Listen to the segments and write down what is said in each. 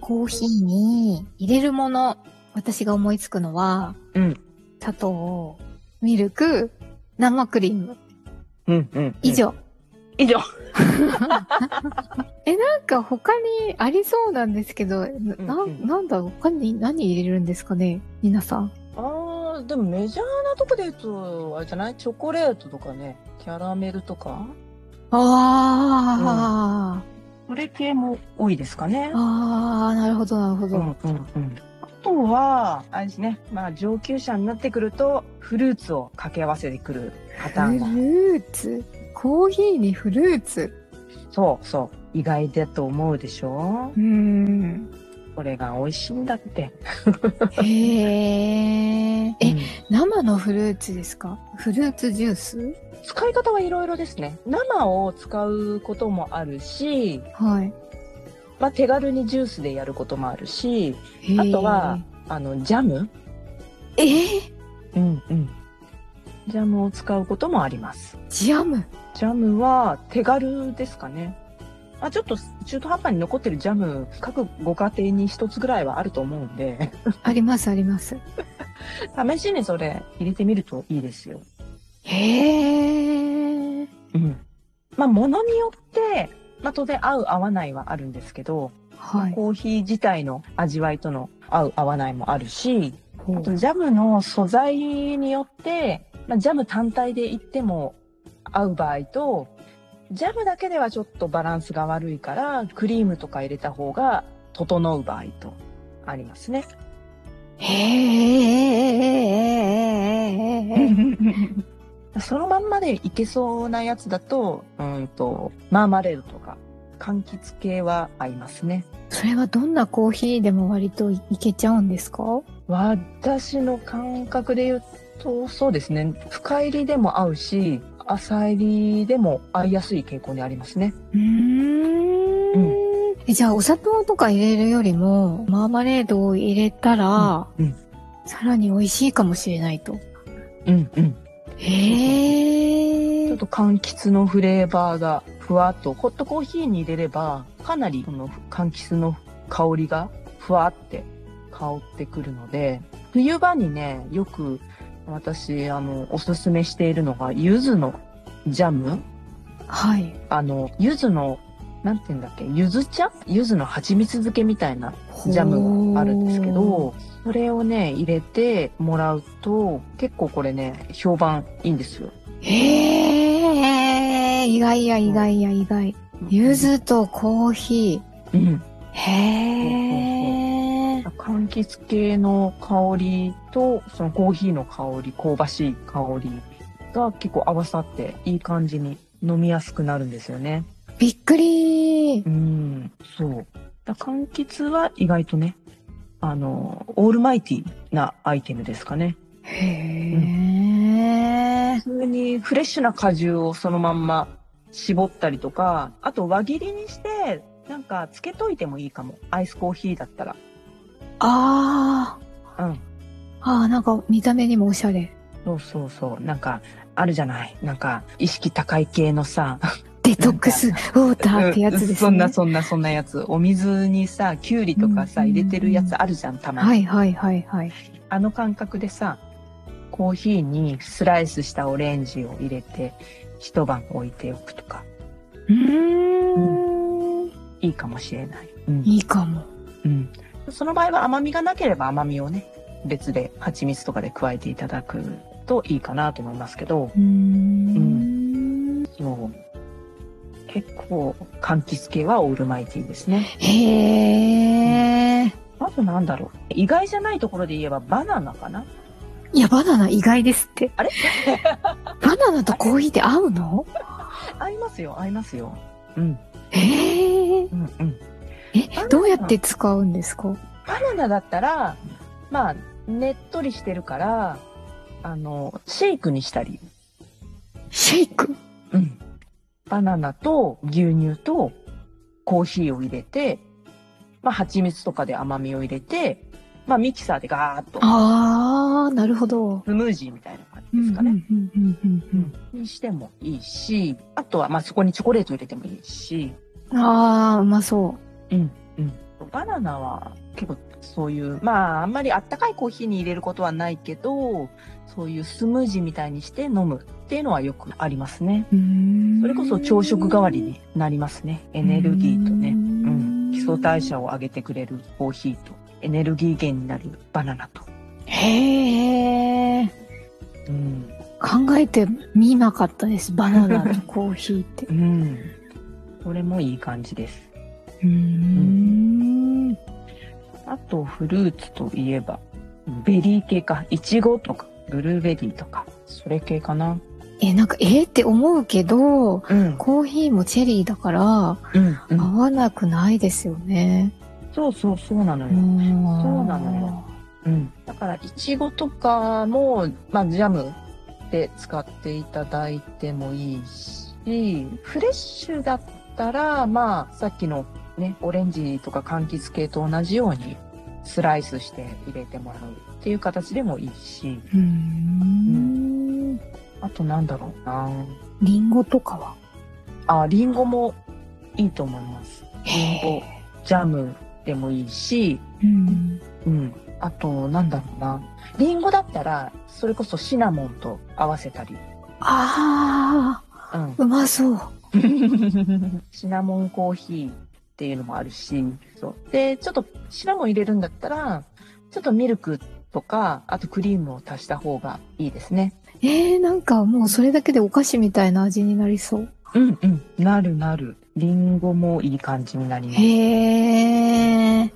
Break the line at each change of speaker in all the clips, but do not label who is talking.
コーヒーに入れるもの、私が思いつくのは、
うん
砂糖、ミルク、生クリーム、
うんうん。
以。上。
以上。
え、なんか他にありそうなんですけど、な、な
うんうん
なんだ、他に何入れるんですかね皆さん。
ああ、でもメジャーなとこで言うと、あれじゃないチョコレートとかね、キャラメルとか。
あ
これ系も多いですかね
ー、。あー、なるほど、なるほ
う
ど。
んうんうん。あとは、あれですね、まあ上級者になってくると、フルーツを掛け合わせてくるパターンが。
フルーツコーヒーにフルーツ
そうそう。意外だと思うでしょ
うー ん。
これが美味しいんだって。
へー。え、
うん
生のフルーツですかフルーツジュース
使い方はいろいろですね。生を使うこともあるし、
はい。
まあ手軽にジュースでやることもあるし、
へー
あとは、あの、ジャム
えー、
うんうん。ジャムを使うこともあります。
ジャム
ジャムは手軽ですかね。あ、ちょっと中途半端に残ってるジャム、各ご家庭に一つぐらいはあると思うんで、
ありますあります。
試しにそれ入れてみるといいですよ。
へー。
うん。まあ、物によって、まあ、当然合う合わないはあるんですけど、
はい。
コーヒー自体の味わいとの合う合わないもあるし、
ほ
あ
う
とジャムの素材によって、まあ、ジャム単体でいっても合う場合と、ジャムだけではちょっとバランスが悪いから、クリームとか入れた方が整う場合とありますね。
へー。
そのまんまでいけそうなやつだと、うんと、マーマレードとか、柑橘系は合いますね。
それはどんなコーヒーでも割といけちゃうんですか
私の感覚で言うと、そうですね。深入りでも合うし、浅入りでも合いやすい傾向にありますね。
うーん
う
えじゃあお砂糖とか入れるよりもマーマレードを入れたら、
うんうん
さらに美味しいかもしれないと。
うんうん。
へ
ちょっ
ー。
と柑橘のフレーバーがふわっと、ホットコーヒーに入れれば、かなりこの柑橘の香りがふわって香ってくるので、冬場にね、よく私、あの、おすすめしているのが、柚子のジャム
はい。
あの、柚子の、なんて言うんだっけ、柚子茶柚子の蜂蜜漬けみたいなジャムがあるんですけ
ほ
ど、それをね、入れてもらうと、結構これね、評判いいんですよ。
う。へー。意外や意外や意外。柚子とコーヒ
うん。
ー。へー。
柑橘系の香りとそのコーヒーの香り香ばしい香りが結構合わさっていい感じに飲みやすくなるんですよね
びっくり
う。んそうだ柑橘は意外とねあのオールマイティなアイテムですかね
へー。
普通にフレッシュな果汁をそのまんま絞ったりとかあと輪切りにしてなんかつけといてもいいかもアイスコーヒーだったら
あー。
うん。
あー、なんか見た目にもおしゃれ。
そうそうそうなんかあるじゃないなんか意識高い系のさ
デトックスウォーターってやつです
うん
ね。
そんなそんなそんなやつ。お水にさ、きゅうりとかさ、
うん
入れてるやつあるじゃん、たまに。
はいはいはいはい。
あの感覚でさ、コーヒーにスライスしたオレンジを入れて、一晩置いておくとか、
うーん。
いいかもしれない。うん。
いいかも。
うん、その場合は甘みがなければ甘みをね、別で蜂蜜とかで加えていただくといいかなと思いますけど、
うーん。
そう。結構、柑橘系はオールマイティーですね。
へえ。
あとなんだろう。意外じゃないところで言えばバナナかない
や、バナナ意外ですって。
あれ
バナナとコーヒーって合うの
合いますよ、合いますよ。うん。
へえ。
うんうん。ナ
え、
ナ
どうやって使うんですか
バナナだったら、まあ、ねっとりしてるから、あの、シェイクにしたり。
シェイク
うん。バナナと牛乳とコーヒーを入れて、まあ、蜂蜜とかで甘みを入れて、まあ、ミキサーでガーッと、
あー、なるほど。
スムージーみたいな感じですかね。
うんうんうんうん
にしてもいいし、あとは、まあ、そこにチョコレート入れてもいいし、
うんあー、うまそ
バナナは結構そういう、まあ、あんまりあったかいコーヒーに入れることはないけど、そういうスムージーみたいにして飲むっていうのはよくありますね。
う。うーん
それこそ朝食代わりになりますね。エネルギーとね、
う
うんん、基礎代謝を上げてくれるコーヒーと、エネルギー源になるバナナと。
へえ。
うん、
考えてみなかったです。バナナとコーヒー って。
うん、これもいい感じです。
うーん。
あとフルーツといえば、ベリー系か、イチゴとか、ブルーベリーとか、それ系かな。
え、なんか、えーって思うけど、
うん、
コーヒーもチェリーだから、
うん、うん
合わなくないですよね。
そうそうそうなのよ。
そう
なのよ。うん、だからいちごとかも、まあ、ジャムで使っていただいてもいいしフレッシュだったら、まあ、さっきの、ね、オレンジとか柑橘系と同じようにスライスして入れてもらうっていう形でもいいし
うーん。
あとなんだろうな
リンゴとかは
あリンゴもいいと思います
へ
おジャムでもいいし、
うん。
うん、あとなんだろうなリンゴだったらそれこそシナモンと合わせたり。
あ
うん
ー、うまそう。
シナモンコーヒーっていうのもあるし、そう。で、ちょっとシナモン入れるんだったら、ちょっとミルクとか、あとクリームを足した方がいいですね。
えー、なんかもうそれだけでお菓子みたいな味になりそう。
うんうん。なるなる。リンゴもいい感じになります。
へー。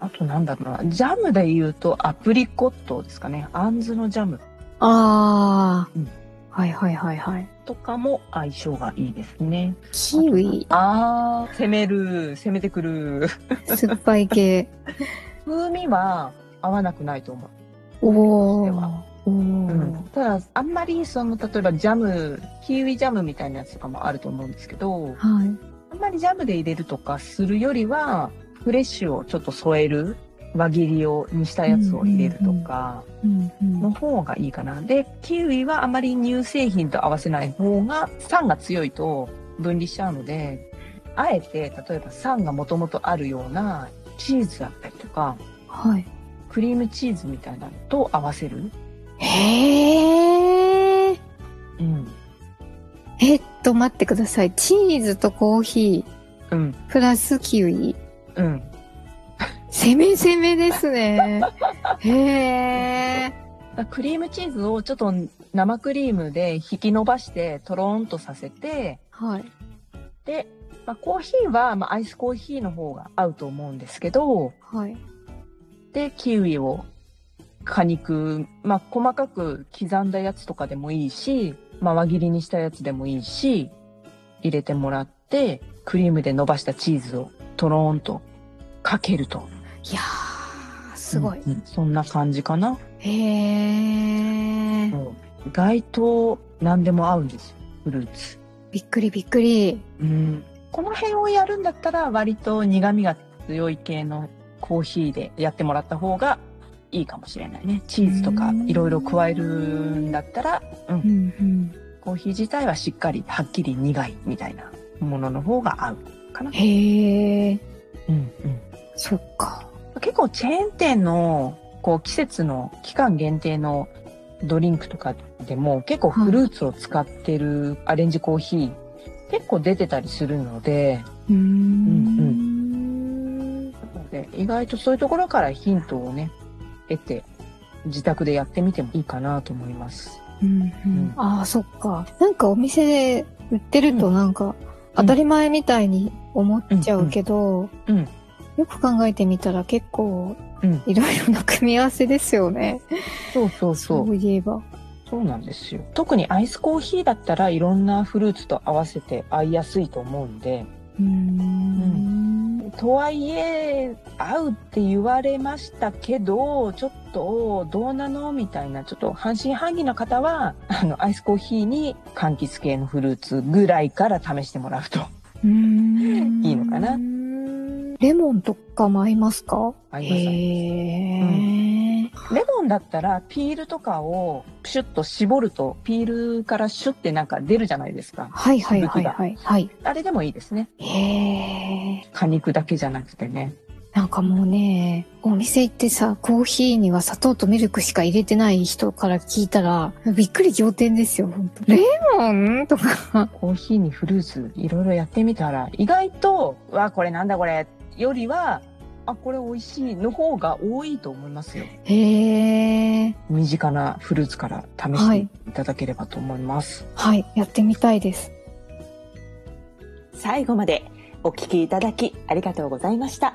あとなんだろうな。ジャムで言うとアプリコットですかね。アンズのジャム
あー。
うん
はいはいはいはい。
とかも相性がいいですね。
キウ イ、
あー、攻める。攻めてくる。
酸っぱい系。
風味は合わなくないと思う。
お
で
ー
は。
おー。
ただあんまりその例えばジャムキウイジャムみたいなやつとかもあると思うんですけど
はい。
あんまりジャムで入れるとかするよりはフレッシュをちょっと添える輪切りをにしたやつを入れるとか
うんうん
の方がいいかな、でキウイはあまり乳製品と合わせない方が酸が強いと分離しちゃうのであえて例えば酸がもともとあるようなチーズだったりとか
はい。
クリームチーズみたいなのと合わせる、
へー。
うん
えっと、待ってください。チーズとコーヒ
うん
ー、プラスキウイ。
うん、
攻め攻めですね。へー。
クリームチーズをちょっと生クリームで引き伸ばしてとろーんとさせて
はい。
で、まあ、コーヒーは、まあ、アイスコーヒーの方が合うと思うんですけど
はい。
でキウイを果肉、まあ、細かく刻んだやつとかでもいいし、まあ、輪切りにしたやつでもいいし入れてもらってクリームで伸ばしたチーズをとろーんとかけると
いやー、すごい。
うんうんそんな感じかな、
へー。
意外と何でも合うんですよフルーツ。
びっくりびっくり。
うん、この辺をやるんだったら割と苦味が強い系のコーヒーでやってもらった方がいいかもしれないねチーズとかいろいろ加えるんだったら
うんうん。
コーヒー自体はしっかりはっきり苦いみたいなものの方が合うかな、
へー。
うんうん、
そっか。
結構チェーン店のこう季節の期間限定のドリンクとかでも結構フルーツを使ってるアレンジコーヒー結構出てたりするので、
うーん。
で意外とそういうところからヒントをね得て自宅でやってみてもいいかなと思います。
うんうん
ん、
ああ、そっか。なんかお店で売ってるとなんか、当たり前みたいに思っちゃうけど、
うんうん
よく考えてみたら結構
うん、
いろいろな組み合わせですよね。
そうそうそう
そういえば。
そうなんですよ特にアイスコーヒーだったらいろんなフルーツと合わせて合いやすいと思うんで
うーん。
とはいえ合うって言われましたけどちょっとどうなのみたいなちょっと半信半疑な方はあのアイスコーヒーに柑橘系のフルーツぐらいから試してもらうと
うーん
いいのかな
レモンとかも合いますか
合います合い
へ
う
ー
ますレモンだったらピールとかをプシュッと絞るとピールからシュッてなんか出るじゃないですか
はいはいはいはい。はい。
あれでもいいですね
へー
果肉だけじゃなくてね
なんかもうね、お店行ってさ、コーヒーには砂糖とミルクしか入れてない人から聞いたら、びっくり仰天ですよ、本当レモンとか。
コーヒーにフルーツいろいろやってみたら意外と「うわこれなんだこれ」よりは「あこれ美味しい」の方が多いと思いますよ
へー
身近なフルーツから試していただければと思います、
はい、やってみたいです。
最後までお聞きいただきありがとうございました。